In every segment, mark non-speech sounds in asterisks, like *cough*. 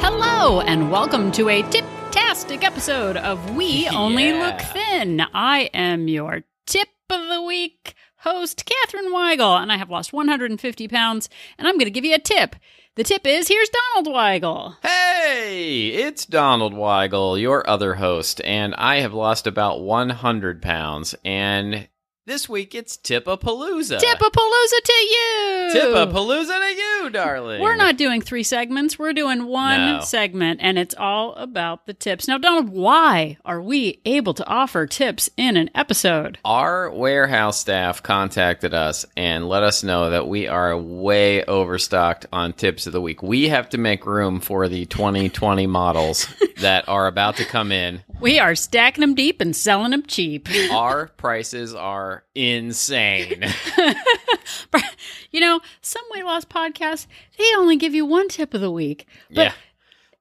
Hello, and welcome to a tip-tastic episode of We Only *laughs* Yeah. Look Thin. I am your tip of the week host, Catherine Weigel, and I have lost 150 pounds, and I'm going to give you a tip. The tip is here's Donald Weigel. Hey, it's Donald Weigel, your other host, and I have lost about 100 pounds. And this week it's Tippapalooza. Tip a palooza to you. Tippapalooza to you, darling. We're not doing three segments. We're doing one No. segment, and it's all about the tips. Now, Donald, why are we able to offer tips in an episode? Our warehouse staff contacted us and let us know that we are way overstocked on tips of the week. We have to make room for *laughs* the 2020 models that are about to come in. We are stacking them deep and selling them cheap. Our prices are insane. *laughs* you know, some weight loss podcasts, they only give you one tip of the week. But yeah.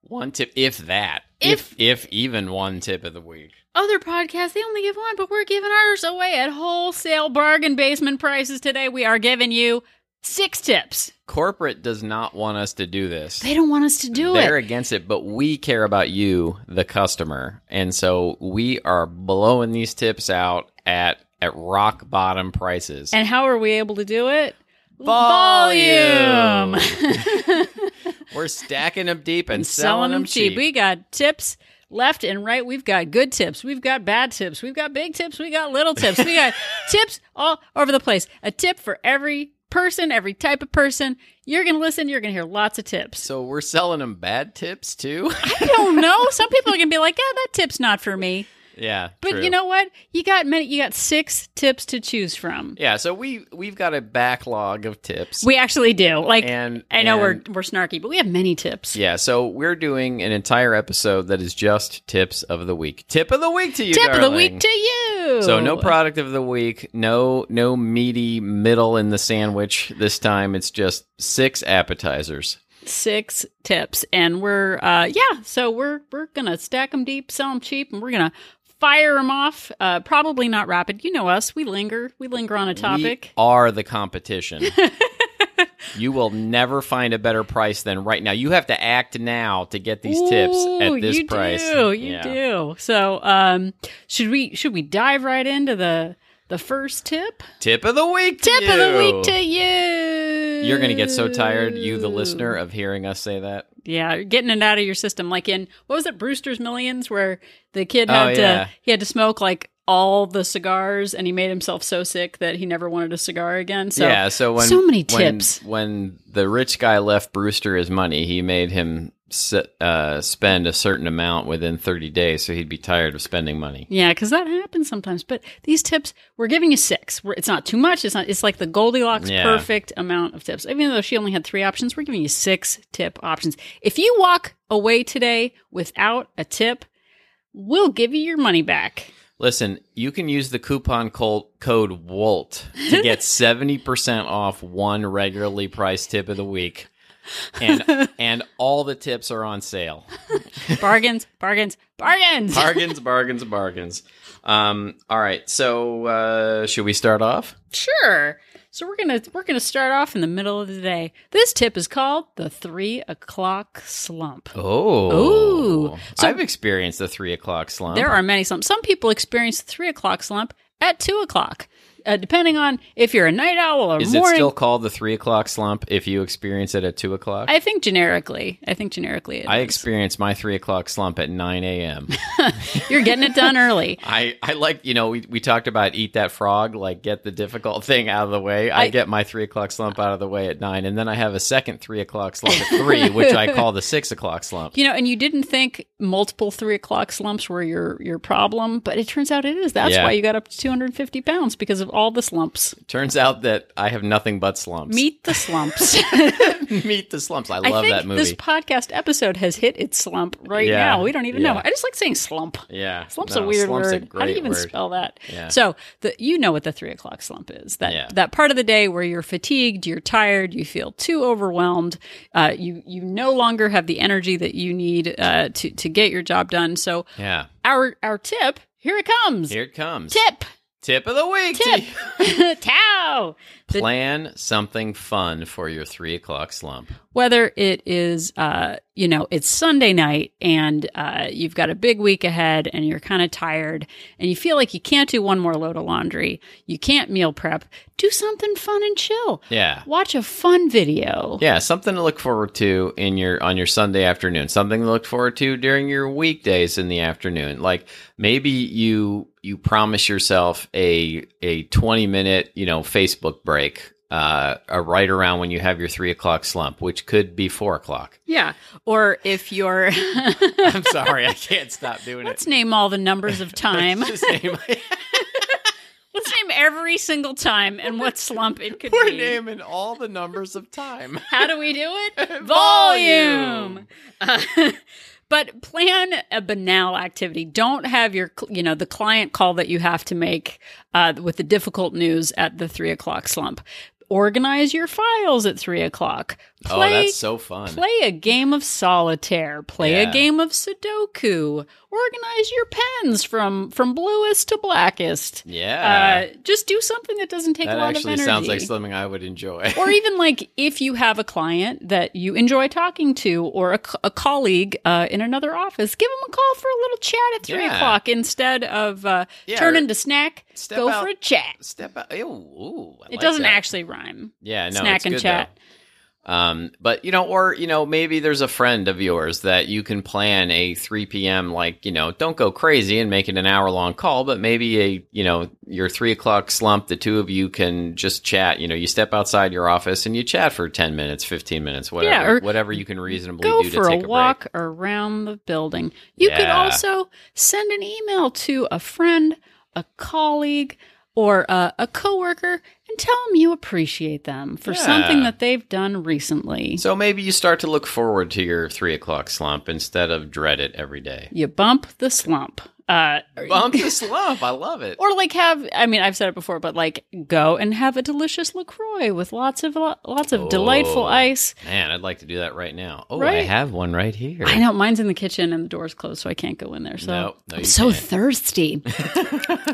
One tip, if that, if, if even one tip of the week. other podcasts, they only give one, but we're giving ours away at wholesale bargain basement prices today. We are giving you six tips. Corporate does not want us to do this. They don't want us to do They're it. against it, but we care about you, the customer, and so we are blowing these tips out at at rock bottom prices. And how are we able to do it? Volume. *laughs* Volume. We're stacking them deep and, *laughs* and selling, them cheap. We got tips left and right. We've got good tips. We've got bad tips. We've got big tips. We got little tips. We *laughs* got tips all over the place. A tip for every person, every type of person. You're going to listen. You're going to hear lots of tips. so we're selling them bad tips too. *laughs* I *laughs* don't know. Some people are going to be like, yeah, that tip's not for me. yeah, But true. you know what? You got many, you got six tips to choose from. yeah. So we we've got a backlog of tips. We actually do. Like, and I know and- we're, we're snarky, but we have many tips. Yeah, so we're doing an entire episode that is just tips of the week. Tip of the week to you, Tip of the darling. week to you. So no product of the week, no no meaty middle in the sandwich this time. It's just six appetizers. six tips and we're uh yeah so we're we're gonna stack them deep sell them cheap and we're gonna fire them off uh probably not rapid you know us we linger we linger on a topic We are *laughs* the competition. you will never find a better price than right now. You have to act now to get these tips Ooh, at this you price. do, you Yeah. do so um should we should we dive right into the the first tip Tip of the week. to tip of the you. week to you You're going to get so tired, you the listener, of hearing us say that. Yeah, you're getting it out of your system. Like in what was it, Brewster's Millions, where the kid Oh, had yeah. to he had to smoke like all the cigars, and he made himself so sick that he never wanted a cigar again. So yeah, so when so many when- tips. when the rich guy left Brewster his money, he made him s uh, spend a certain amount within 30 days, so he'd be tired of spending money. Yeah, because that happens sometimes. But these tips, we're giving you 6 We're, it's not too much. It's not. It's like the Goldilocks Yeah. perfect amount of tips. Even though she only had three options, we're giving you six tip options. If you walk away today without a tip, we'll give you your money back. *laughs* Listen, you can use the coupon col- code WOLT to get *laughs* 70% off one regularly priced tip of the week. *laughs* And and all the tips are on sale. Bargains, bargains, bargains. Bargains, bargains, bargains. Um, all right, so uh, should we start off? Sure. So we're gonna we're gonna start off in the middle of the day. This tip is called the three o'clock slump. Oh, Ooh. So- I've experienced the three o'clock slump. There are many slumps. Some people experience the three o'clock slump at two o'clock, uh, depending on if you're a night owl or Is morning. it still called the three o'clock slump if you experience it at two o'clock? I, I think generically. I think generically. it is. experience my three o'clock slump at *laughs* nine a.m. you're getting it *laughs* done early. I, I like you know we, we talked about eat that frog like get the difficult thing out of the way. I, I- get my three o'clock slump out of the way at nine, and then I have a second three o'clock slump at three, which I *laughs* call the six o'clock slump. You know, and you didn't think multiple three o'clock slumps were your your problem, but it turns out it is. That's Yeah. why you got up to 250 pounds because of all the slumps. Turns out that I have nothing but slumps. Meet the slumps. *laughs* Meet the slumps. I love I think that movie. this podcast episode has hit its slump right Yeah, now. We don't even know. yeah. I just like saying slump. yeah, Slump's No, a weird slump's word. A great How do you even word. spell that? Yeah. So the, you know what the three o'clock slump is. That Yeah. that part of the day where you're fatigued, you're tired, you feel too overwhelmed. Uh, you you no longer have the energy that you need uh, to to get your job done. So Yeah, our our tip here it comes. here it comes. Tip *laughs* Tip of the week. Tip. *laughs* T. Tao. The- Plan something fun for your three o'clock slump. whether it is, uh, you know, it's Sunday night and uh, you've got a big week ahead and you're kind of tired and you feel like you can't do one more load of laundry, you can't meal prep, do something fun and chill. Yeah. Watch a fun video. Yeah, something to look forward to in your on your Sunday afternoon. Something to look forward to during your weekdays in the afternoon. Like maybe you you promise yourself a a twenty minute you know Facebook break, uh, a right around when you have your three o'clock slump, which could be four o'clock. Yeah. Or if you're, *laughs* I'm sorry, I can't stop doing let's it. name all the numbers *laughs* of time. Just name- let's name every single time and what slump it could *laughs* we're be. naming all the numbers of time. How do we do it? *laughs* Volume. Volume. *laughs* Uh, but plan a banal activity. Don't have your, cl- you know, the client call that you have to make uh, with the difficult news at the three o'clock slump. Organize your files at three o'clock. oh, Play, that's so fun. play a game of solitaire. Play Yeah. a game of Sudoku. Organize your pens from from bluest to blackest. yeah, Uh, just do something that doesn't take that a lot of actually energy sounds like something I would enjoy. or even like if you have a client that you enjoy talking to or a, co- a colleague uh, in another office give them a call for a little chat at three Yeah. o'clock instead of uh, Yeah, or turning to snack step go out- for a chat Step out. Ew, ooh, I it like doesn't that. actually rhyme Yeah, no, snack it's and good, chat though. Um, but you know, or you know, maybe there's a friend of yours that you can plan a 3 p.m. like you know, don't go crazy and make it an hour long call, but maybe a you know your three o'clock slump, the two of you can just chat. You know, you step outside your office and you chat for 10 minutes, 15 minutes, whatever, Yeah, or whatever you can reasonably go do for to a take a, walk around the building you could Yeah. also send an email to a friend a colleague or uh, a coworker and tell them you appreciate them for Yeah. something that they've done recently break. So maybe you start to look forward to your three o'clock slump instead of dread it every day. you bump the slump. Uh, *laughs* Bump the slump, I love it. or like have I mean I've said it before, but like go and have a delicious Lacroix with lots of lots of delightful Oh. ice. Man, I'd like to do that right now. Oh, I Right? have one right here. I know mine's in the kitchen and the door's closed, so I can't go in there. So No, no, I'm you so can't. thirsty. *laughs*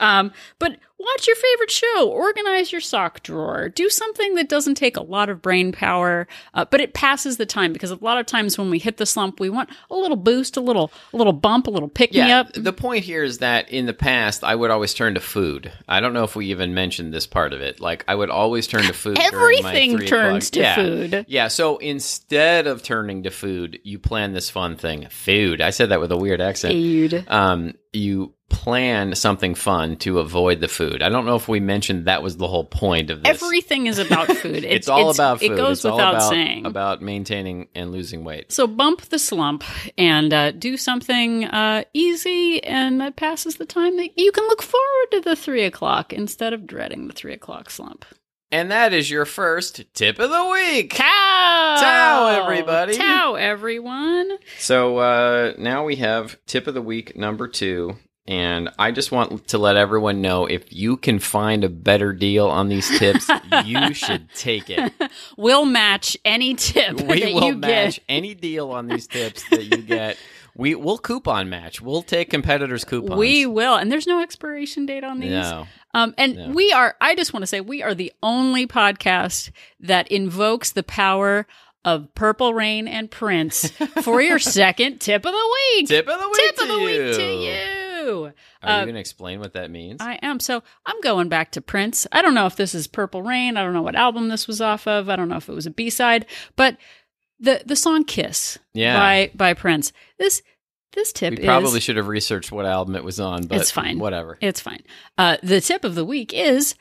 um, but watch your favorite show. Organize your sock drawer. Do something that doesn't take a lot of brain power, uh, but it passes the time because a lot of times when we hit the slump, we want a little boost, a little a little bump, a little pick me Yeah. up. The point here is that in the past, I would always turn to food. I don't know if we even mentioned this part of it. Like, I would always turn to food. during my Everything three turns o'clock- to Yeah. food. Yeah. So instead of turning to food, you plan this fun thing. Food. I said that with a weird accent. Food. Um, you plan something fun to avoid the food. I don't know if we mentioned that was the whole point of this. Everything is about *laughs* food. it's, all about food. It goes it's all without about, saying. about maintaining and losing weight. so bump the slump and uh, do something uh, easy and that passes the time that you can look forward to the three o'clock instead of dreading the three o'clock slump. And that is your first tip of the week. Cow! Tow, everybody. Tow, everyone. So uh, now we have tip of the week number two. And I just want to let everyone know if you can find a better deal on these *laughs* tips, you should take it. We'll match any tip *laughs* We that will you match get. any deal on these tips that you get. We will coupon match. We'll take competitors' coupons. We will. And there's no expiration date on these. no. Um, and Yeah. we are, I just want to say, we are the only podcast that invokes the power of Purple Rain and *laughs* Prince for your second tip of the week. Tip of the week. Tip of to the you. week to you. Are Uh, you going to explain what that means? I am. So I'm going back to Prince. I don't know if this is Purple Rain. I don't know what album this was off of. I don't know if it was a B side, but the, the song Kiss yeah. by, by Prince. This, this tip we is. probably should have researched what album it was on, but It's fine. Whatever. It's fine. Uh, the tip of the week is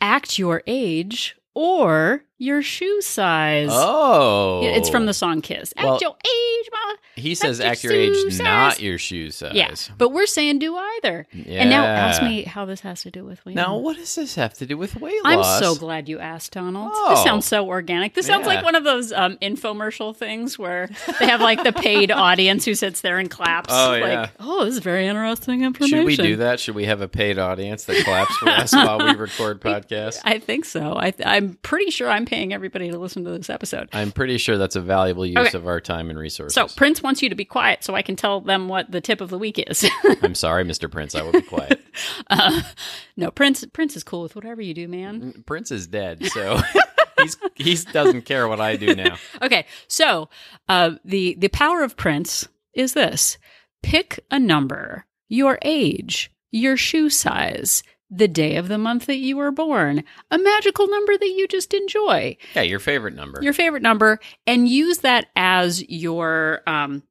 act your age or your shoe size. oh. Yeah, It's from the song Kiss. Act Well- your age, ma. He says your act your age, shoe size. not your shoe size. Yeah, but we're saying do either. Yeah. And now ask me how this has to do with weight. Now, loss. what does this have to do with weight Mm-hmm. I'm loss? so glad you asked, Donald. Oh. This sounds so organic. This sounds Yeah. like one of those um, infomercial things where they have like the *laughs* paid audience who sits there and claps. Oh, like, yeah. oh, this is very interesting information. Should we do that? Should we have a paid audience that claps *laughs* for us while we record podcasts? I think so. I th- I'm pretty sure I'm paying everybody to listen to this episode. I'm pretty sure that's a valuable use Okay. of our time and resources. So Prince wants you to be quiet so I can tell them what the tip of the week is. *laughs* *laughs* I'm sorry, Mr. Prince. I will be quiet. uh, no, Prince Prince is cool with whatever you do, man. *laughs* Prince is dead, so he's he doesn't care what I do now. Okay, so uh, the the power of prints is this: pick a number, your age, your shoe size, the day of the month that you were born, a magical number that you just enjoy, Yeah, your favorite number. your favorite number, and use that as your um,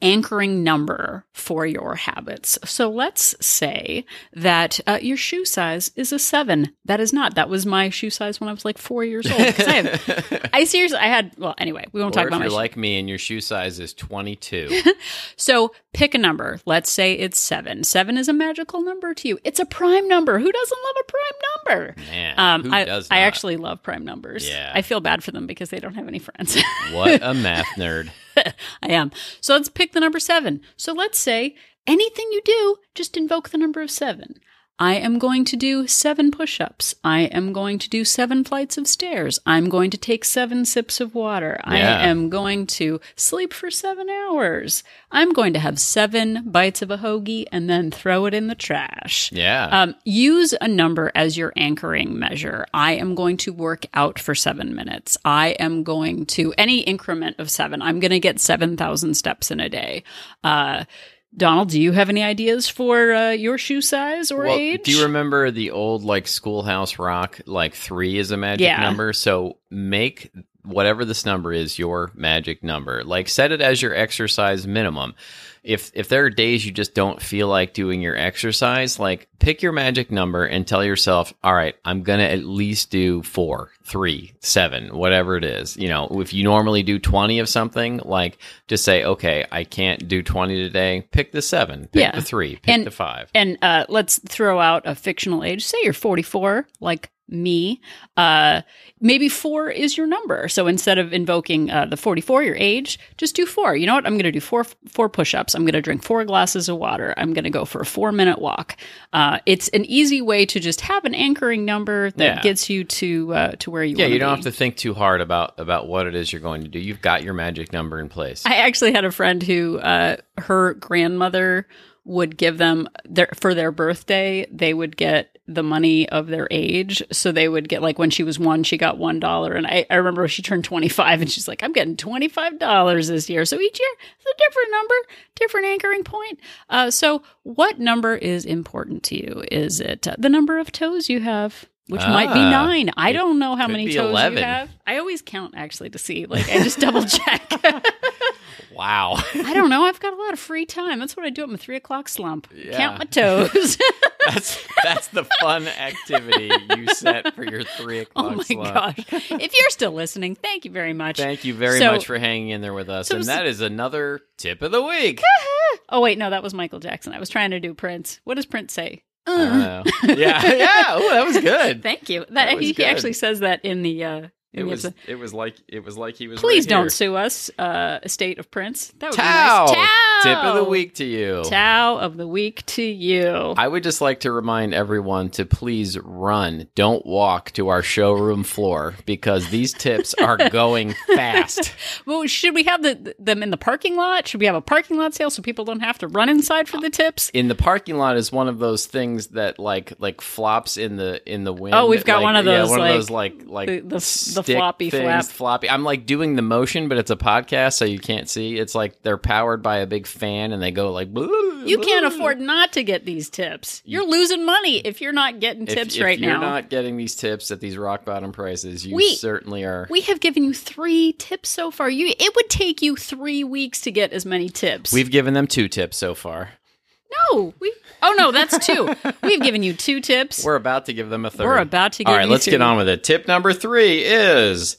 anchoring number for your habits. So let's say that uh, your shoe size is a seven. That is not. That was my shoe size when I was like four years old. 'cause *laughs* I have I seriously, I had. Well, anyway, we won't or talk if about my. you're shoe- like me and your shoe size is 22. *laughs* so pick a number. Let's say it's seven. Seven is a magical number to you. It's a prime number. Who doesn't love a prime number? Um, Man, who I, does I not? actually love prime numbers. Yeah. I feel bad for them because they don't have any friends. *laughs* What a math nerd. I am. So let's pick the number seven. So let's say anything you do, just invoke the number of seven. I am going to do seven push ups. I am going to do seven flights of stairs. I'm going to take seven sips of water. Yeah. I am going to sleep for seven hours. I'm going to have seven bites of a hoagie and then throw it in the trash. Yeah. Um, use a number as your anchoring measure. I am going to work out for seven minutes. I am going to any increment of seven. I'm going to get seven thousand steps in a day. Uh, Donald, do you have any ideas for uh, your shoe size or well, age? do you remember the old like schoolhouse rock like 3 is a magic Yeah. number? So make whatever this number is your magic number. Like set it as your exercise minimum. If if there are days you just don't feel like doing your exercise, like pick your magic number and tell yourself, "All right, I'm going to at least do four, three, seven, whatever it is." You know, if you normally do 20 of something, like just say, "Okay, I can't do 20 today. Pick the 7, pick Yeah. the 3, pick And- the 5." and uh, let's throw out a fictional age. Say you're 44, like me. Uh, maybe four is your number. So instead of invoking uh, the 44, your age, just do four. You know what? I'm going to do four four push-ups. I'm going to drink four glasses of water. I'm going to go for a four minute walk. Uh, it's an easy way to just have an anchoring number that Yeah. gets you to uh, to where you Yeah, wanna you don't be. have to think too hard about about what it is you're going to do. You've got your magic number in place. I actually had a friend who uh, her grandmother would give them their for their birthday. They would get the money of their age, so they would get like when she was one, she got one dollar, and I, I remember she turned twenty five, and she's like, "I'm getting twenty five dollars this year." So each year, it's a different number, different anchoring point. Uh, so what number is important to you? Is it uh, the number of toes you have? Which might be Ah. nine. I don't know how could many be toes 11. you have. I always count actually to see. Like I just double *laughs* check. wow. I don't know. I've got a lot of free time. That's what I do at my three o'clock slump. Yeah. Count my toes. *laughs* *laughs* That's that's the fun activity you set for your three *laughs* oh o'clock my slot. gosh. If you're still listening, thank you very much. Thank you very So- much for hanging in there with us. So- and that is another tip of the *laughs* week. oh, wait. No, that was Michael Jackson. I was trying to do Prince. What does Prince say? Uh, yeah, *laughs* yeah. Oh, that was good. Thank you. That, That was he, he good. actually says that in the. Uh, in It the was episode. it was like it was like he was. Please right don't here. sue us, uh, estate of Prince. That would Tao. be nice. Tip of the Tao. week to you. Tao of the week to you. I would just like to remind everyone to please run, don't walk to our showroom floor because these tips are *laughs* going fast. Well, should we have the, them in the parking lot? Should we have a parking lot sale so people don't have to run inside for the tips? In the parking lot is one of those things that like like flops in the in the wind. Oh, we've got Like, one of yeah, those, one like, of those like like the- the- the stick floppy things, flap. floppy. I'm like doing the motion, but it's a podcast, so you can't see. It's like they're powered by a big fan, and they go like. You can't afford not to get these tips. You're losing money if you're not getting If, tips if right you're now. not getting these tips at these rock bottom prices, you We- certainly are. we have given you three tips so far. You it would take you three weeks to get as many tips. We've given them two tips so far. no, we oh no, that's two. We've given you two tips. We're about to give them a third. We're about to give All right, you let's two. get on with it. Tip number three is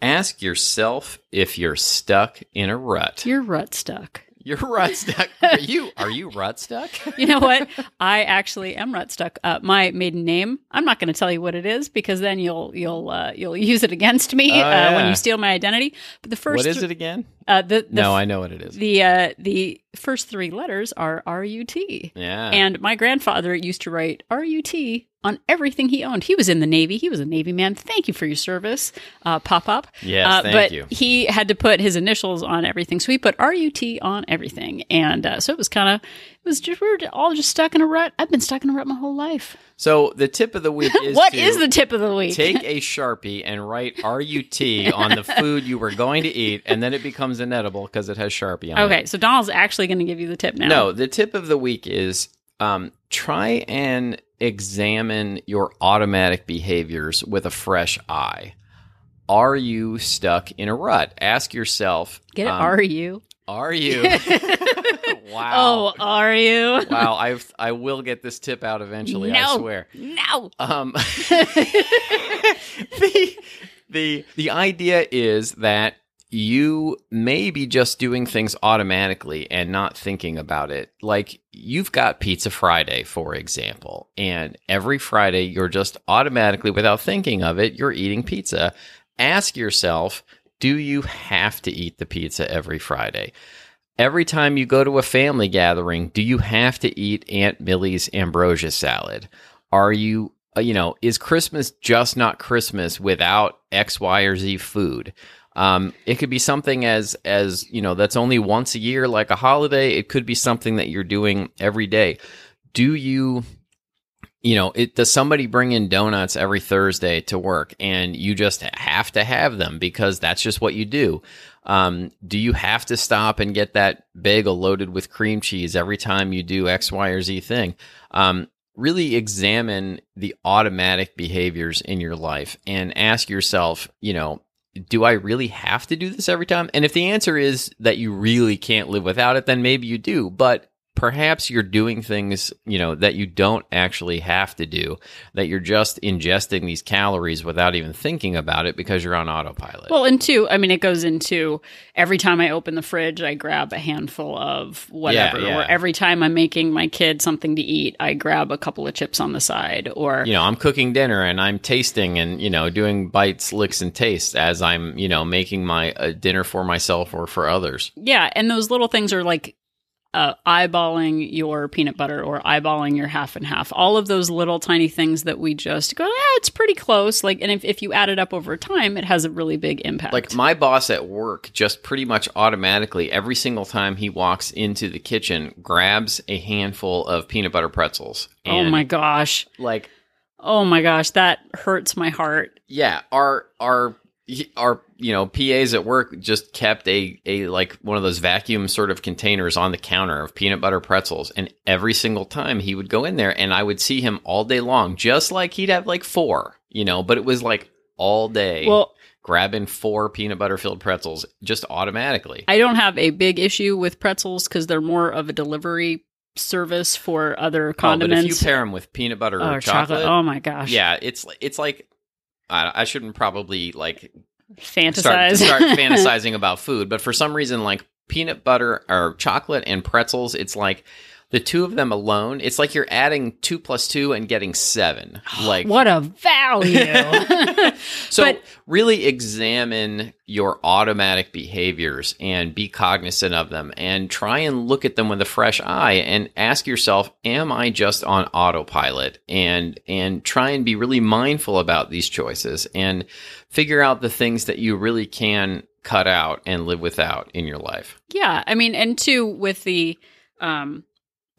ask yourself if you're stuck in a rut. You're rut stuck. *laughs* You're *laughs* rut stuck. Are you? Are you rut stuck? You know what? I actually am rut stuck. Uh, my maiden name. I'm not going to tell you what it is because then you'll you'll uh, you'll *laughs* use it against me Oh, uh, when yeah. you steal my identity. But the first What is th- it again? Uh, the, the No, I know what it is. the uh, the first three letters are R U T. Yeah. And my grandfather used to write R U T on everything he owned. He was in the Navy. He was a Navy man. Thank you for your service, uh, Pop Up. Yes, uh, thank but you. he had to put his initials on everything. So he put RUT on everything. And uh, so it was kind of, it was just, we were all just stuck in a rut. I've been stuck in a rut my whole life. So the tip of *laughs* the week is What to is the tip of the week? *laughs* take a sharpie and write RUT *laughs* on the food you were going to eat, and then it becomes inedible because it has sharpie on it. okay, so Donald's actually going to give you the tip now. No, the tip of the week is um, try and examine your automatic behaviors with a fresh eye. Are you stuck in a rut? Ask yourself. Get it? um, are you? Are *laughs* you? *laughs* wow. Oh, are you? Wow. I I will get this tip out eventually. I No. swear. No. Um, *laughs* the, the the idea is that you may be just doing things automatically and not thinking about it. Like you've got Pizza Friday, for example, and every Friday you're just automatically, without thinking of it, you're eating pizza. Ask yourself, do you have to eat the pizza every Friday? Every time you go to a family gathering, do you have to eat Aunt Millie's ambrosia salad? Are you, uh, you know, is Christmas just not Christmas without X, Y, or Z food? Um, it could be something as as you know that's only once a year, like a holiday. It could be something that you're doing every day. Do you, you know, it does somebody bring in donuts every Thursday to work, and you just have to have them because that's just what you do. Um, do you have to stop and get that bagel loaded with cream cheese every time you do X, Y, or Z thing? Um, really examine the automatic behaviors in your life and ask yourself, you know, do I really have to do this every time? And if the answer is that you really can't live without it, then maybe you do, but perhaps you're doing things, you know, that you don't actually have to do, that you're just ingesting these calories without even thinking about it because you're on *laughs* autopilot. Well, and two, I mean, it goes into every time I open the fridge, I grab a handful of whatever. Yeah, yeah. Or every time I'm making my kid something to eat, I grab a couple of chips on the side. Or you know, I'm cooking dinner and I'm tasting and, you know, doing bites, licks, and tastes as I'm, you know, making my uh, dinner for myself or for others. yeah, and those little things are like uh, eyeballing your peanut butter or eyeballing your half and half. All of those little tiny things that we just go, ah, it's pretty close. Like, and if, if you add it up over time, it has a really big impact. Like my boss at work just pretty much automatically, every single time he walks into the kitchen, grabs a handful of peanut butter pretzels. oh my gosh, Like, oh my gosh, that hurts my heart. yeah, our, our, our you know pas at work just kept a a like one of those vacuum sort of containers on the counter of peanut butter pretzels and every single time he would go in there and i would see him all day long just like he'd have like four you know but it was like all day Well, grabbing four peanut butter filled pretzels just automatically I don't have a big issue with pretzels because they're more of a delivery service for other Oh, but if you condiments pair them with peanut butter or, or chocolate, Oh my gosh! yeah, it's it's like I, I shouldn't probably like start fantasize. *laughs* start fantasizing about food, but for some reason, like peanut butter or chocolate and pretzels, it's like the two of them alone. It's like you're adding two plus two and getting *gasps* seven. Like what a *laughs* value! so But- really examine your automatic behaviors and be cognizant of them and try and look at them with a fresh eye and ask yourself, am I just on autopilot? And and try and be really mindful about these choices and figure out the things that you really can cut out and live without in your life. yeah, I mean, and two with the um,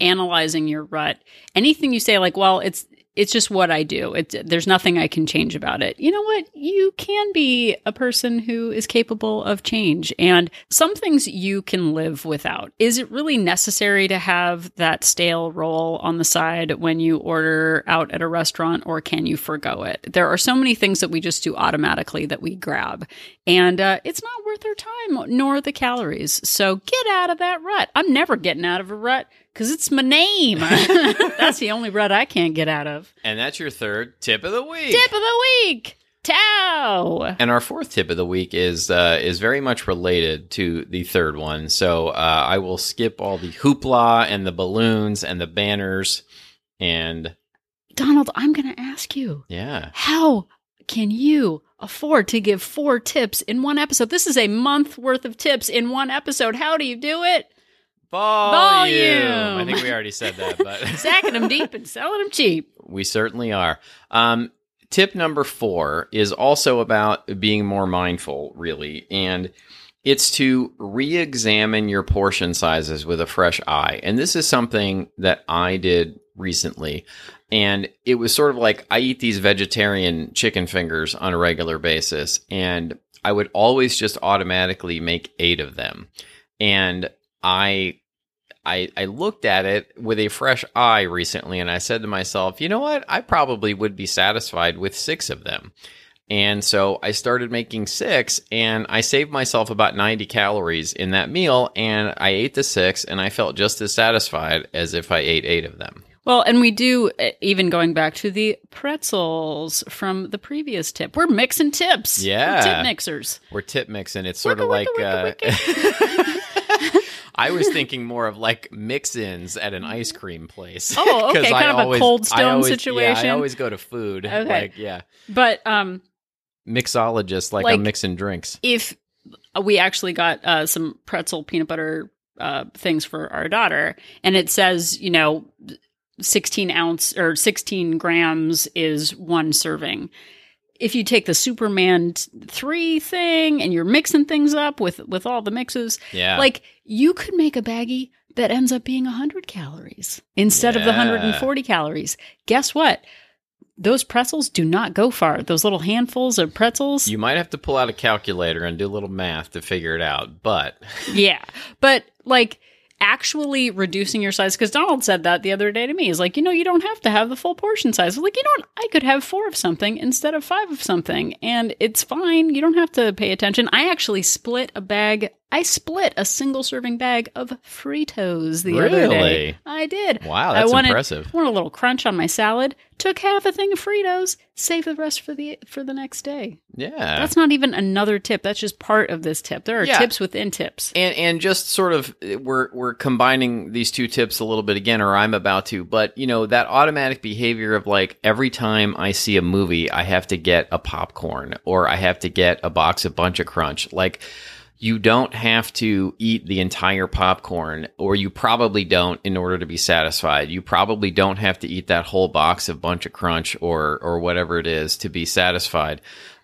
analyzing your rut. Anything you say, like, well, it's it's just what I do. It's there's nothing I can change about it. You know what? You can be a person who is capable of change, and some things you can live without. Is it really necessary to have that stale roll on the side when you order out at a restaurant, or can you forego it? There are so many things that we just do automatically that we grab, and uh, it's not worth our time nor the calories. So get out of that rut. I'm never getting out of a rut because it's my name. *laughs* That's the only rut I can't get out of. And that's your third tip of the week. Tip of the week, Tao. And our fourth tip of the week is uh, is very much related to the third one. So uh, I will skip all the hoopla and the balloons and the banners, and Donald, I'm going to ask you yeah, how can you afford to give four tips in one episode? This is a month worth of tips in one episode. How do you do it? volume. Volume. I think we already said that, but Sacking *laughs* them deep and selling them cheap. we certainly are. Um, tip number four is also about being more mindful, really, and it's to re examine your portion sizes with a fresh eye. And this is something that I did recently. And it was sort of like I eat these vegetarian chicken fingers on a regular basis, and I would always just automatically make eight of them. And I I, I looked at it with a fresh eye recently and I said to myself, you know what? I probably would be satisfied with six of them. And so I started making six and I saved myself about 90 calories in that meal. And I ate the six and I felt just as satisfied as if I ate eight of them. Well, and we do, uh, even going back to the pretzels from the previous tip, we're mixing tips. We're Yeah. tip mixers. We're tip mixing. It's sort of like. Wicca, wicca, uh, *laughs* *laughs* I was thinking more of like mix-ins at an ice cream place. Oh, okay, *laughs* 'Cause I kind of a always- Cold I Stone always- situation. Yeah, I always go to food. Okay. Like, yeah. But um, mixologist like, Like- I'm mixing drinks. if we actually got uh, some pretzel peanut butter uh, things for our daughter, and it says, you know, 16 ounce or 16 grams is one serving. If you take the Superman t- three thing and you're mixing things up with with all the mixes, Yeah. like you could make a baggie that ends up being 100 calories instead of the Yeah. 140 calories. Guess what? Those pretzels do not go far. Those little handfuls of pretzels, you might have to pull out a calculator and do a little math to figure it out, but *laughs* Yeah. But like actually reducing your size, because Donald said that the other day to me. He's like, you know, you don't have to have the full portion size. I'm like, you know what? I could have four of something instead of five of something. And it's fine. You don't have to pay attention. I actually split a bag. I split a single serving bag of Fritos the other day. Really? I did. wow, that's I wanted, impressive. wanted a little crunch on my salad. Took half a thing of Fritos. Saved the rest for the for the next day. Yeah. That's not even another tip. That's just part of this tip. There are Yeah. tips within tips. and and just sort of eh, we're we're combining these two tips a little bit again or I'm about to but you know that automatic behavior of like every time I see a movie I have to get a popcorn or I have to get a box of bunch of crunch like you don't have to eat the entire popcorn or you probably don't in order to be satisfied you probably don't have to eat that whole box of bunch of crunch or or whatever it is to be satisfied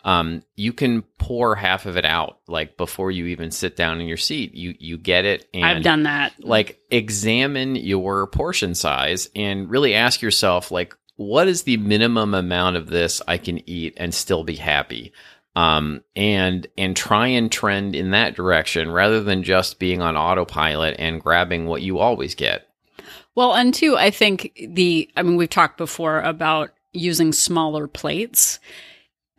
um, you can pour half of it out like before you even sit down in your seat you you get it and I've done that. like examine your portion size and really ask yourself like what is the minimum amount of this i can eat and still be happy um and and try and trend in that direction rather than just being on autopilot and grabbing what you always get Well, and two, I think the I mean we've talked before about using smaller plates.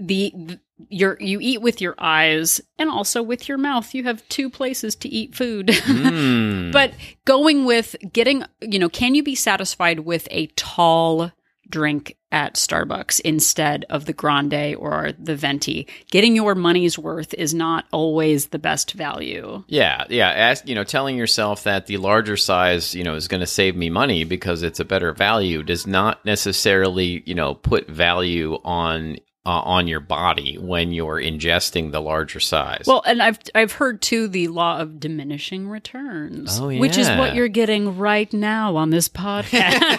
The, the your you eat with your eyes and also with your mouth. You have two places to eat food. Mm. but *laughs* going with getting, you know, can you be satisfied with a tall drink at Starbucks instead of the grande or the venti? Getting your money's worth is not always the best value. Yeah, yeah. Ask you know, telling yourself that the larger size, you know, is going to save me money because it's a better value does not necessarily you know put value on uh, on your body when you're ingesting the larger size. Well, and I've I've heard too the law of diminishing returns, Oh, which is yeah. what you're getting right now on this *laughs* podcast.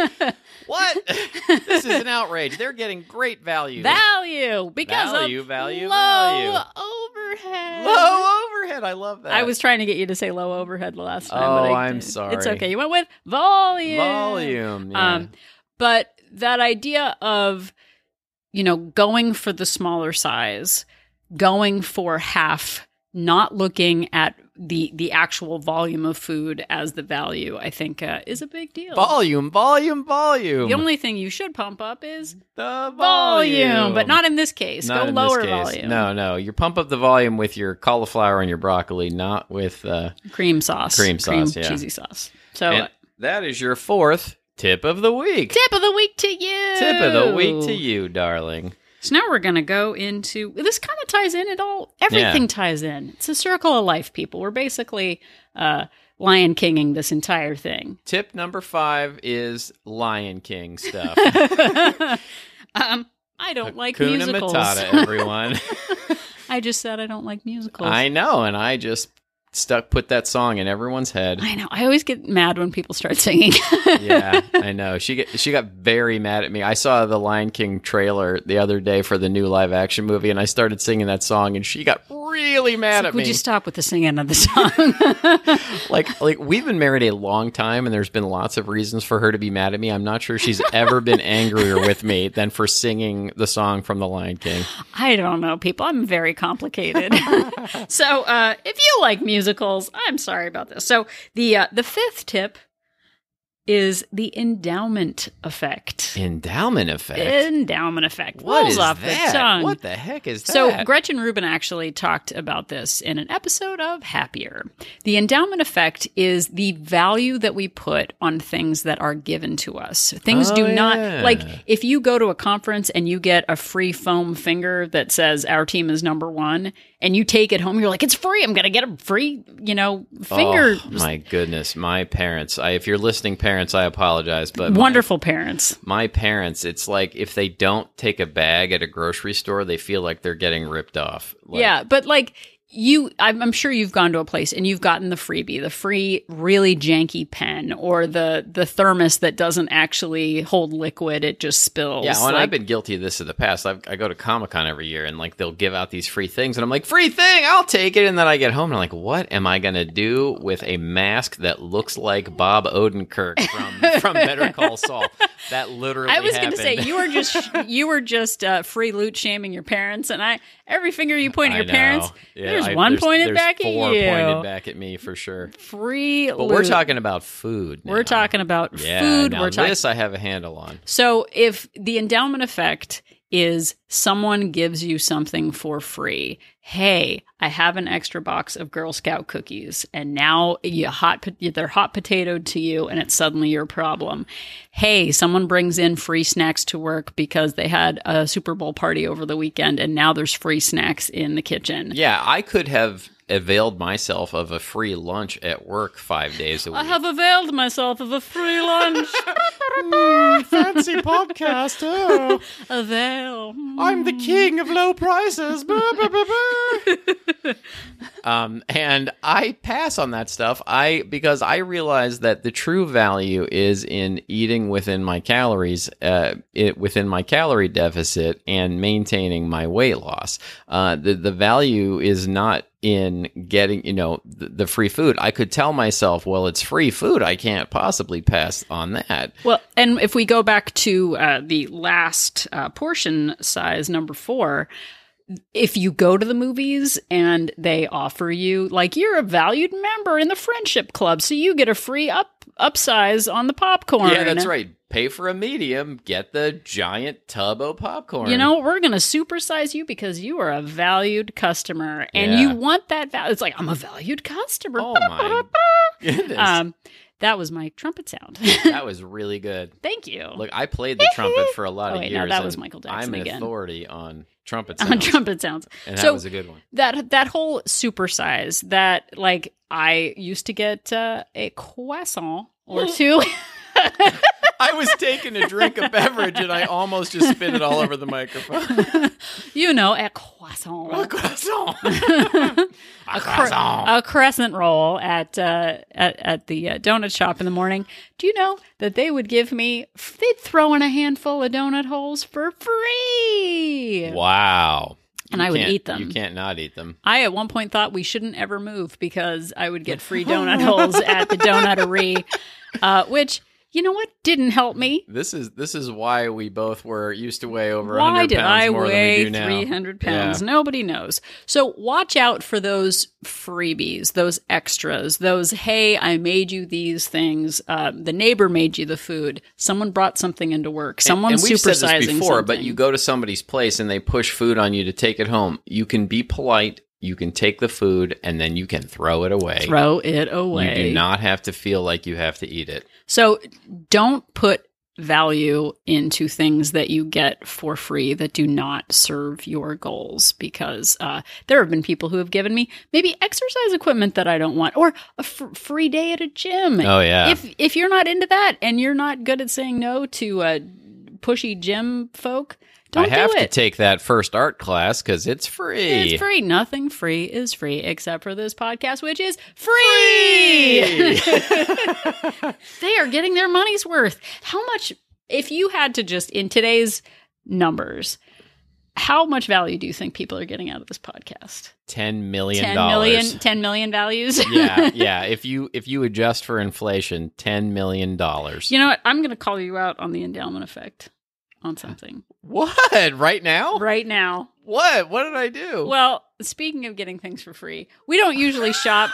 *laughs* what? this is an outrage. They're getting great value. value because Value, of low value, value. overhead. low overhead. I love that. I was trying to get you to say low overhead the last time. but Oh, I I'm didn't. It's sorry. okay. You went with volume. volume. yeah. Um, but that idea of, you know, going for the smaller size, going for half, not looking at the the actual volume of food as the value, I think uh, is a big deal. volume, volume, volume. The only thing you should pump up is the volume, but not in this case. Not Go in this lower case. volume. No, no. You pump up the volume with your cauliflower and your broccoli, not with. Uh, Cream sauce. Cream sauce, yeah. Cheesy sauce. So and that is your fourth tip of the week. tip of the week to you. Tip of the week to you, darling. So now we're going to go into this kind of ties in. It all everything ties in. It's a circle of life, people. We're basically uh, Lion Kinging this entire thing. *laughs* Tip number five is Lion King stuff. Um, I don't like *laughs* Kuna musicals. Matata, everyone. I just said I don't like musicals. I know, and I just stuck put that song in everyone's head. I know. I always get mad when people start singing. *laughs* yeah, I know. She get, she got very mad at me. I saw the Lion King trailer the other day for the new live action movie, and I started singing that song, and she got really mad at Would me. you stop with the singing of the song? *laughs* like like we've been married a long time, and there's been lots of reasons for her to be mad at me. I'm not sure she's *laughs* ever been angrier with me than for singing the song from the Lion King. I don't know, people. I'm very complicated. *laughs* so, uh, if you like musicals, I'm sorry about this. So, the uh, the fifth tip is the endowment effect. Endowment effect. Endowment effect What rolls is off that? the tongue. What the heck is that? So, Gretchen Rubin actually talked about this in an episode of Happier. The endowment effect is the value that we put on things that are given to us. Things Oh, do not, yeah. like, if you go to a conference and you get a free foam finger that says, Our team is number one, and you take it home, you're like, It's free. I'm going to get a free, you know, finger. Oh, my goodness, my parents. I, if you're listening, parents, I apologize, but my- Wonderful parents. my parents, it's like if they don't take a bag at a grocery store, they feel like they're getting ripped off. Like, yeah, but like you, I'm, I'm sure you've gone to a place and you've gotten the freebie, the free really janky pen, or the the thermos that doesn't actually hold liquid; it just spills. Yeah, and I've Like, been guilty of this in the past. I've, I go to Comic Con every year, and like they'll give out these free things, and I'm like, free thing, I'll take it. And then I get home, and I'm like, what am I gonna do with a mask that looks like Bob Odenkirk *laughs* from from Better Call Saul? That literally. I was going to say happened. you were *laughs* just you were just uh, free loot shaming your parents, and I every finger you point at I your know. parents, Yeah, there's I- one pointed there's back at four you. pointed back at me for sure. Free But loot. we're talking about food. We're now. talking about yeah, food. now We're talking this. I have a handle on. So if the endowment effect is someone gives you something for free, hey, I have an extra box of Girl Scout cookies, and now you hot po- they're hot potatoed to you, and it's suddenly your problem. Hey, someone brings in free snacks to work because they had a Super Bowl party over the weekend, and now there's free snacks in the kitchen. Yeah, I could have availed myself of a free lunch at work five days a week. I have availed myself of a free lunch. fancy podcast. Oh, Avail. I'm the king of low prices. *laughs* um, and I pass on that stuff. I because I realize that the true value is in eating within my calories, uh, it, within my calorie deficit, and maintaining my weight loss. Uh, the the value is not in getting you know the, the free food. I could tell myself, well, it's free food. I can't possibly pass on that. Well, and if we go back to uh, the last uh, portion size, number four, if you go to the movies and they offer you, like, you're a valued member in the friendship club, so you get a free up upsize on the popcorn. Yeah, that's right. Pay for a medium, get the giant tub of popcorn. You know, we're going to supersize you because you are a valued customer and Yeah. you want that value. It's like, I'm a valued customer. Oh *laughs* my goodness, Um, that was my trumpet sound. *laughs* that was really good. Thank you. Look, I played the trumpet for a lot Oh, of wait, no, years. that was and Michael Jackson I'm an again. authority on trumpet sounds, on trumpet sounds. and that so- was a *laughs* good one. that that whole supersize that like I used to get uh, a croissant or two. I was taking a drink of beverage, and I almost just spit it all over *laughs* the microphone. you know, a croissant. croissant. *laughs* A, cr- a crescent roll at uh, at, at the uh, donut shop in the morning. Do you know that they would give me? They'd throw in a handful of donut holes for free, Wow. and You I would can't- eat them. You can't not eat them. I at one point thought we shouldn't ever move because I would get free donut holes at the donutery, uh, which you know what didn't help me. This is this is why we both were used to weigh over. Why 100 did pounds I more weigh than we do now. 300 Yeah. pounds? Nobody knows. So watch out for those freebies, those extras, those, hey, I made you these things. Uh, the neighbor made you the food. Someone brought something into work. Someone and we've said supersizing this before, but something. you go to somebody's place and they push food on you to take it home. You can be polite. You can take the food and then you can throw it away. Throw it away. You do not have to feel like you have to eat it. So don't put value into things that you get for free that do not serve your goals because uh, there have been people who have given me maybe exercise equipment that I don't want or a f- free day at a gym. Oh yeah. If if you're not into that and you're not good at saying no to uh, pushy gym folk, Don't I have do to it. take that first art class because it's free. It's free. Nothing free is free except for this podcast, which is free. *laughs* they are getting their money's worth. How much, if you had to just in today's numbers, how much value do you think people are getting out of this podcast? Ten million Ten dollars. million, ten million values. *laughs* yeah, yeah. If you if you adjust for inflation, ten million *laughs* dollars. you know what? I'm going to call you out on the endowment effect on something What? Right now? right now. What? What did I do? Well, speaking of getting things for free, we don't usually *laughs* shop.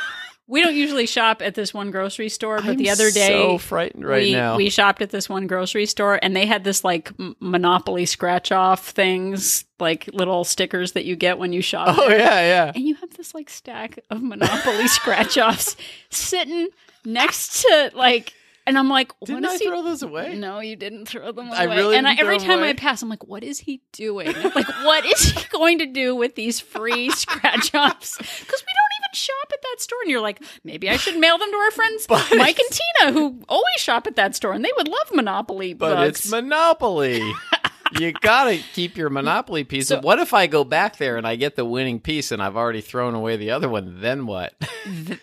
We don't usually shop at this one grocery store, but I'm the other day, so frightened right we, now. we shopped at this one grocery store and they had this like m- monopoly scratch off things, like little stickers that you get when you shop. *laughs* oh there. yeah, yeah. And you have this like stack of monopoly *laughs* scratch offs sitting next to like, and I'm like, what Didn't is I he? throw those away? No, you didn't throw them away. I really and I, didn't throw every them time away. I pass, I'm like, what is he doing? Like, what is he *laughs* going to do with these *laughs* free scratch offs? Because we don't even shop at that store. And you're like, maybe I should mail them to our friends But- Mike and Tina, who always shop at that store, and they would love Monopoly But books. it's Monopoly. you gotta keep your Monopoly piece. So- what if I go back there and I get the winning piece and I've already thrown away the other one? *laughs* Then what?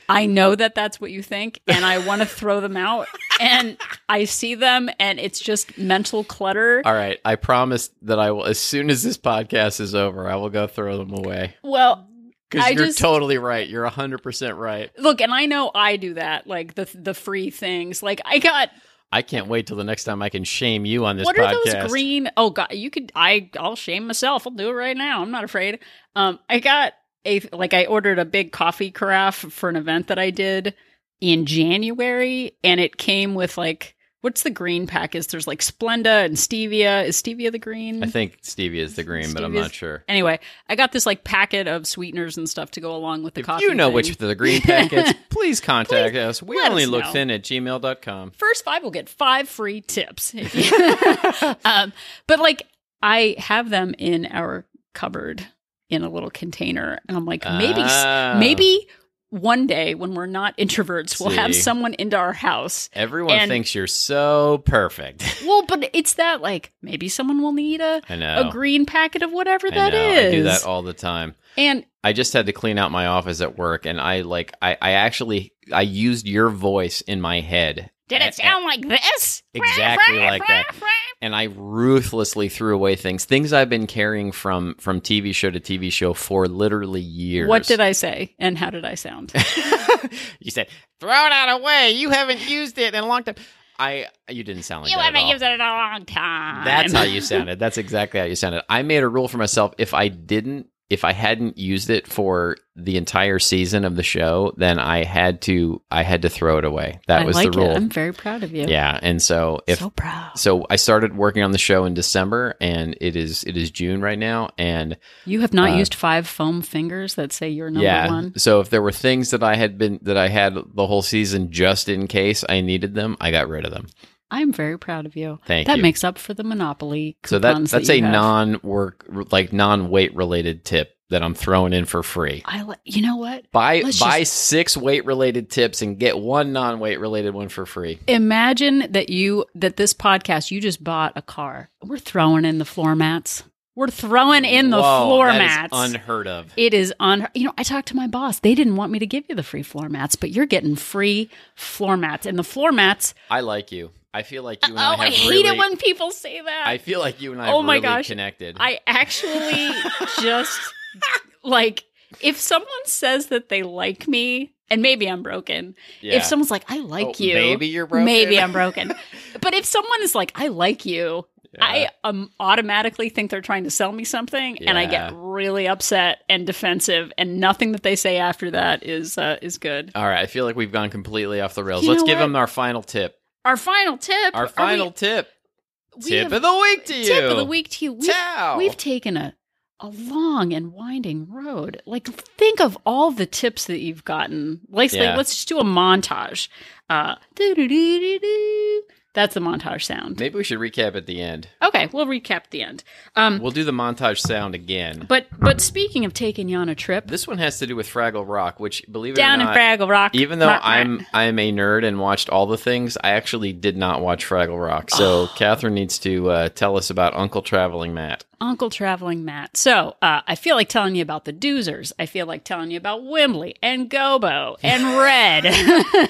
I know that that's what you think, and I want to throw them *laughs* out. And I see them, and it's just mental clutter. All right, I promise that I will. As soon as this podcast is over, I will go throw them away. Well, I Because you're just- totally right. You're hundred percent right. look, and I know I do that, like the the free things. Like I got I can't wait till the next time I can shame you on this what are podcast. those green oh god you could i i'll shame myself i'll do it right now i'm not afraid um i got a like i ordered a big coffee carafe for an event that i did in january and it came with like what's the green package there's like splenda and stevia is stevia the green I think stevia is the green, but I'm Stevia's- not sure. anyway i got this like packet of sweeteners and stuff to go along with the If coffee you know thing. which of *laughs* the green packets, please contact us. We let only us look know. thin at gmail.com. first five will get five free *laughs* tips. *laughs* um, but like, I have them in our cupboard in a little container, and I'm like, *laughs* maybe, Ah. maybe one day when we're not introverts, we'll have See. someone into our house. Everyone And- thinks you're so perfect. *laughs* Well, but it's that like maybe someone will need a I know. a green packet of whatever I that is. know. I do that all the time. and I just had to clean out my office at work and I like I, I actually I used your voice in my head. did it sound like this? Exactly like that. And I ruthlessly threw away things. Things I've been carrying from from TV show to TV show for literally years. What did I say, and how did I sound? *laughs* Oh you said, throw it out away. You haven't used it in a long time. I you didn't sound like that. at all. it in a long time. That's how *laughs* you sounded. That's exactly how you sounded. I made a rule for myself if I didn't if I hadn't used it for the entire season of the show, then I had to I had to throw it away. That I was like the rule. It. I'm very proud of you. Yeah, and so if so proud. so I started working on the show in December and it is it is June right now and You have not Uh, used five foam fingers that say you're number yeah. one. So if there were things that I had been that I had the whole season just in case I needed them, I got rid of them. I'm very proud of you. Thank that you. makes up for the monopoly. So that coupons that's that a you have. non-work like non-weight related tip that I'm throwing in for free. I li- you know what? Buy Let's buy six weight related tips and get one non-weight related one for free. Imagine that you that this podcast you just bought a car. We're throwing in the floor mats. We're throwing in the Whoa, floor that is mats. unheard of. it is on. You know, I talked to my boss. They didn't want me to give you the free floor mats, but you're getting free floor mats. And the floor mats. I like you. I feel like you and oh, I I have hate really, it when people say that. I feel like you and I Oh have my really gosh. connected. I actually just like if someone says that they like me, and maybe I'm broken. Yeah. If someone's like, I like Oh, you, maybe you're broken. maybe I'm broken. but if someone is like, I like you, I um, automatically think they're trying to sell me something, and I Yeah. get really upset and defensive, and nothing that they say after that is uh, is good. *laughs* All right, I feel like we've gone completely off the rails. You Let's know give what? them our final tip. Our final tip. are Our we- final tip. we Tip have- of the week to you. Tip of the week to you. We've- Ciao. We've taken a a long and winding road. Like think of all the tips that you've gotten. Like, like, Yeah. let's just do a montage. Uh do-do-do-do-do, That's the montage sound. Maybe we should recap at the end. Okay, we'll recap the end. Um, We'll do the montage sound again. but but speaking of taking you on a trip This one has to do with Fraggle Rock, which believe it down or in not, Fraggle Rock, even though Rock, Rock. I'm I'm a nerd and watched all the things, I actually did not watch Fraggle Rock. Oh. So Catherine needs to uh, tell us about Uncle Traveling Matt. Uncle Traveling Matt. So uh, I feel like telling you about the Doozers. I feel like telling you about Wimbley and Gobo *laughs* and Red. *laughs*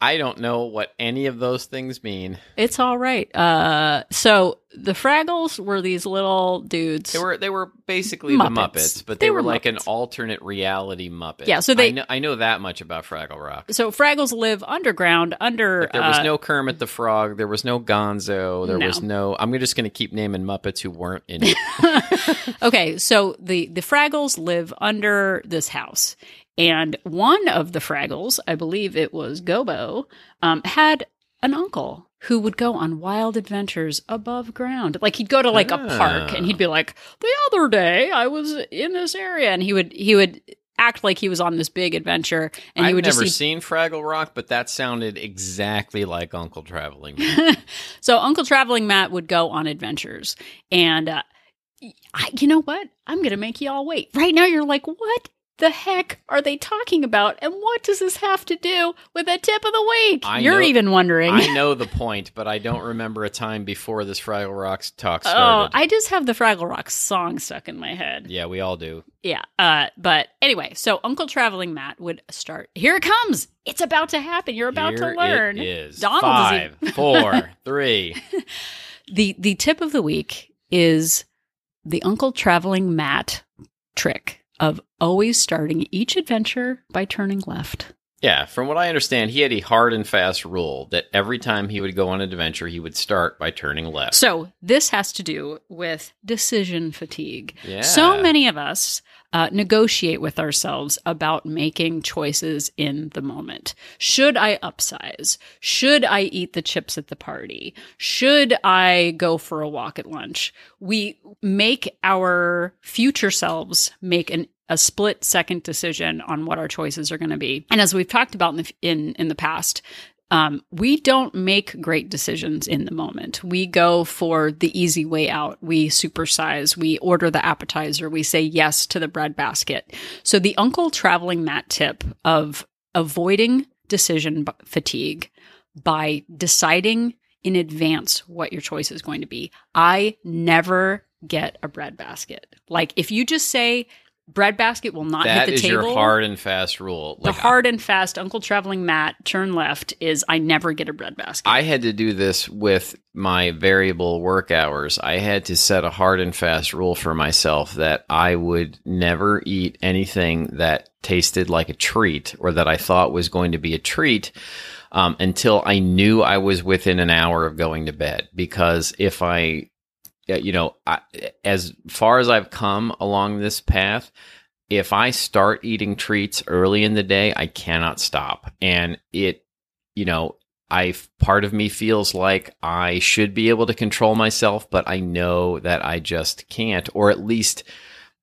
I don't know what any of those things mean. it's all right. Uh, so the Fraggles were these little dudes. They were they were basically the Muppets. Muppets, but they, They were, were like an Muppets. alternate reality Muppet. Yeah, so they- I know, I know that much about Fraggle Rock. so Fraggles live underground under. There was uh, no Kermit the Frog. There was no Gonzo. There was no. I'm just going to keep naming Muppets who weren't in it. uh, okay, so the the Fraggles live under this house, and one of the Fraggles, I believe it was Gobo, um, had an uncle who would go on wild adventures above ground. Like he'd go to like Ah. a park, and he'd be like, "The other day I was in this area," and he would he would act like he was on this big adventure, and he I've would never just see. seen Fraggle Rock, but that sounded exactly like Uncle Traveling. Man. so Uncle Traveling Matt would go on adventures, and uh, I, you know what? I'm gonna make you all wait. Right now, you're like, what the heck are they talking about, and what does this have to do with a tip of the week? I you're know- even wondering. I know the point, but I don't remember a time before this Fraggle Rock talk *laughs* Oh, started. I just have the Fraggle Rock song stuck in my head. yeah, we all do. Yeah. Uh, but anyway, so Uncle Traveling Matt would start. Here it comes. It's about to happen. You're about Here to learn. It is Donald is *laughs* five, four, three. the the tip of the week is the uncle traveling Matt trick of always starting each adventure by turning left. Yeah, from what I understand, he had a hard and fast rule that every time he would go on an adventure, he would start by turning left. So this has to do with decision fatigue. Yeah. So many of us uh, negotiate with ourselves about making choices in the moment. Should I upsize? Should I eat the chips at the party? Should I go for a walk at lunch? We make our future selves make an a split second decision on what our choices are going to be. And as we've talked about in the, f- in, in the past, um, we don't make great decisions in the moment. We go for the easy way out. We supersize. We order the appetizer. We say yes to the bread basket. So the uncle traveling Matt tip of avoiding decision b- fatigue by deciding in advance what your choice is going to be. I never get a bread basket. Like if you just say bread basket will not hit that the is table. your hard and fast rule. the Like, hard and fast Uncle Traveling Matt turn left is I never get a bread basket. I had to do this with my variable work hours. I had to set a hard and fast rule for myself that I would never eat anything that tasted like a treat or that I thought was going to be a treat um, until I knew I was within an hour of going to bed. Because if I, yeah, you know, I, as far as I've come along this path, if I start eating treats early in the day, I cannot stop. And it, you know, I part of me feels like I should be able to control myself, but I know that I just can't, or at least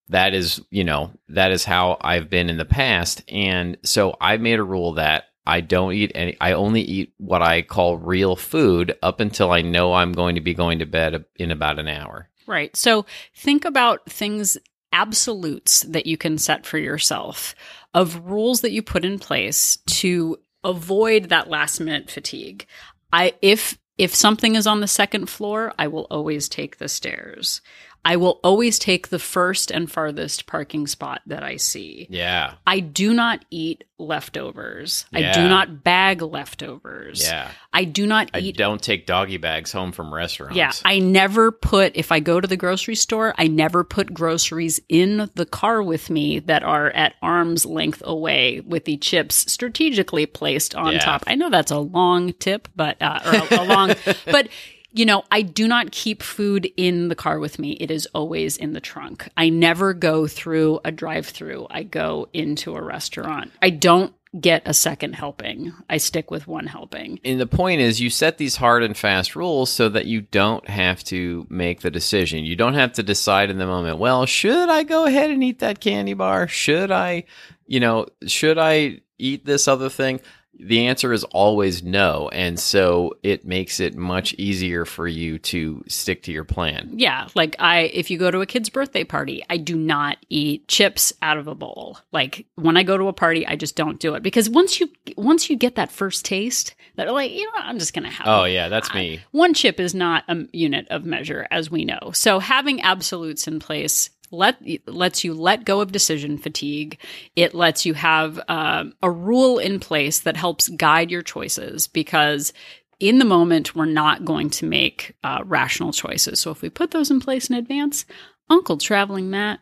that is, you know, that is how I've been in the past. And so I made a rule that I don't eat any, I only eat what I call real food up until I know I'm going to be going to bed in about an hour. Right. So think about things, absolutes that you can set for yourself, of rules that you put in place to avoid that last minute fatigue. I if if something is on the second floor, I will always take the stairs. I will always take the first and farthest parking spot that I see. Yeah. I do not eat leftovers. I Yeah. do not bag leftovers. Yeah. I do not I eat don't take doggy bags home from restaurants. yeah, I never put if I go to the grocery store, I never put groceries in the car with me that are at arm's length away with the chips strategically placed on Yeah. top. I know that's a long tip, but uh, or a, a *laughs* long, but you know, I do not keep food in the car with me. It is always in the trunk. I never go through a drive-through. I go into a restaurant. I don't get a second helping. I stick with one helping. and the point is you set these hard and fast rules so that you don't have to make the decision you don't have to decide in the moment well should i go ahead and eat that candy bar should i you know should i eat this other thing The answer is always no. And so it makes it much easier for you to stick to your plan. Yeah, like I if you go to a kid's birthday party, I do not eat chips out of a bowl. Like when I go to a party, I just don't do it because once you once you get that first taste, that like, you know, what, I'm just going to have Oh, yeah, that's me. One chip is not a unit of measure as we know. So having absolutes in place let lets you let go of decision fatigue. It lets you have um, a rule in place that helps guide your choices because in the moment we're not going to make uh, rational choices. So if we put those in place in advance, Uncle Traveling Matt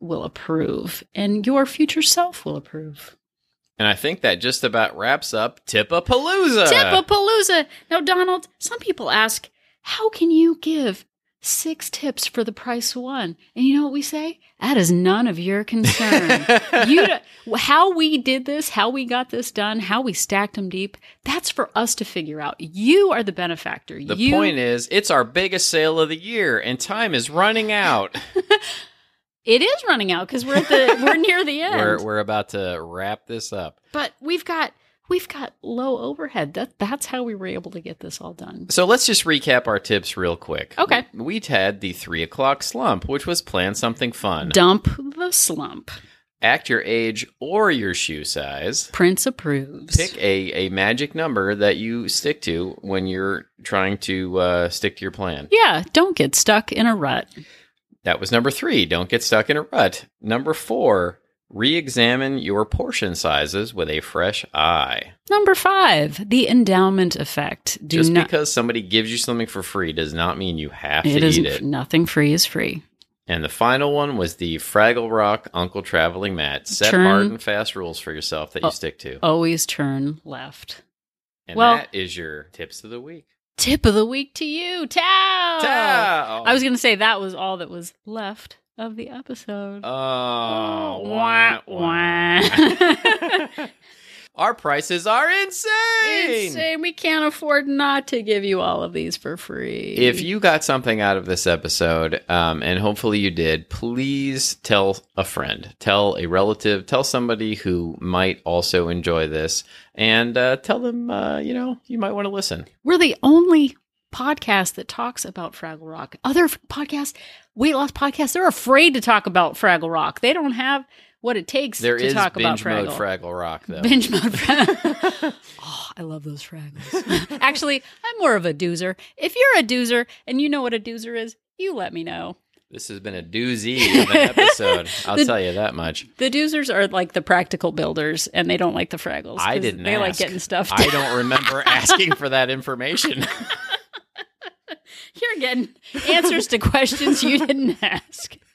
will approve, and your future self will approve. And I think that just about wraps up Tipapalooza. Tipapalooza. Now, Donald, some people ask, how can you give six tips for the price of one? And you know what we say? That is none of your *laughs* concern. you, d- how we did this, how we got this done, how we stacked them deep, that's for us to figure out. You are the benefactor. The you, point is, it's our biggest sale of the year, and time is *laughs* running out. it is running out because we're at the we're near the end. *laughs* we're, we're about to wrap this up. but we've got we've got low overhead. That that's how we were able to get this all done. So let's just recap our tips real quick. Okay. We- We'd had the three o'clock slump, which was plan something fun, Dump the slump. act your age or your shoe size. Prince approves. Pick a, a magic number that you stick to when you're trying to uh, stick to your plan. Yeah, don't get stuck in a rut. That was number three. Don't get stuck in a rut. Number four, re examine your portion sizes with a fresh eye. Number five, the endowment effect. Do Just not. because somebody gives you something for free does not mean you have it to isn't eat it. nothing free is free. And the final one was the Fraggle Rock Uncle Traveling Matt. Set Turn- Oh, hard and fast rules for yourself that you stick to. Always turn left. oh, and well- that is your tips of the week. Tip of the week to you, Tao. Tao! Oh, I was going to say that was all that was left of the episode. Oh, Wah, wah, *laughs* wah. *laughs* Our prices are Insane. We can't afford not to give you all of these for free. If you got something out of this episode, um, and hopefully you did, please tell a friend, tell a relative, tell somebody who might also enjoy this, and uh, tell them, uh, you know, you might want to listen. We're the only podcast that talks about Fraggle Rock. Other f- podcasts, weight loss podcasts, they're afraid to talk about Fraggle Rock. They don't have what it takes There to is talk about binge mode Fraggle. Fraggle Rock, though. binge mode Fraggle. *laughs* oh, I love those Fraggles. *laughs* Actually, I'm more of a doozer. If you're a doozer and you know what a doozer is, you let me know. This has been a doozy of an episode. I'll The- tell you that much. The doozers are like the practical builders, and they don't like the Fraggles. I 'cause didn't. They like ask. getting stuff. I don't remember asking for that information. *laughs* You're getting answers to questions you didn't *laughs* ask. *laughs*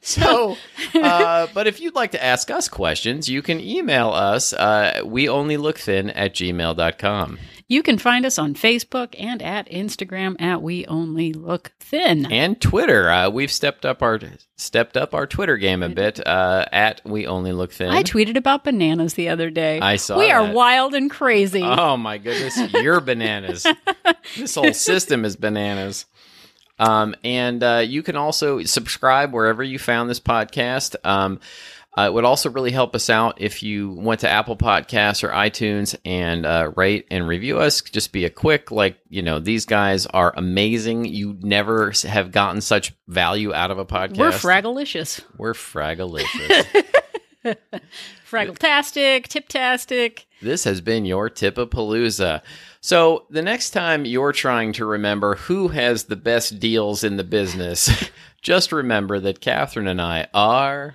So, uh, but if you'd like to ask us questions, you can email us. Uh, we only look thin at gmail.com. You can find us on Facebook and at Instagram at We Only Look Thin. And Twitter. Uh, we've stepped up our stepped up our Twitter game a bit uh, at we only look thin. I tweeted about bananas the other day. I saw We are that. wild and crazy. oh my goodness, you're bananas. this whole system is bananas. Um, and uh, you can also subscribe wherever you found this podcast. Um, uh, it would also really help us out if you went to Apple Podcasts or iTunes and uh, rate and review us. Just be a quick, like, you know, these guys are amazing. You never s- have gotten such value out of a podcast. We're fragglicious. We're fraggalicious. Fraggletastic, tiptastic. This has been your tip of Palooza. So, the next time you're trying to remember who has the best deals in the business, *laughs* just remember that Catherine and I are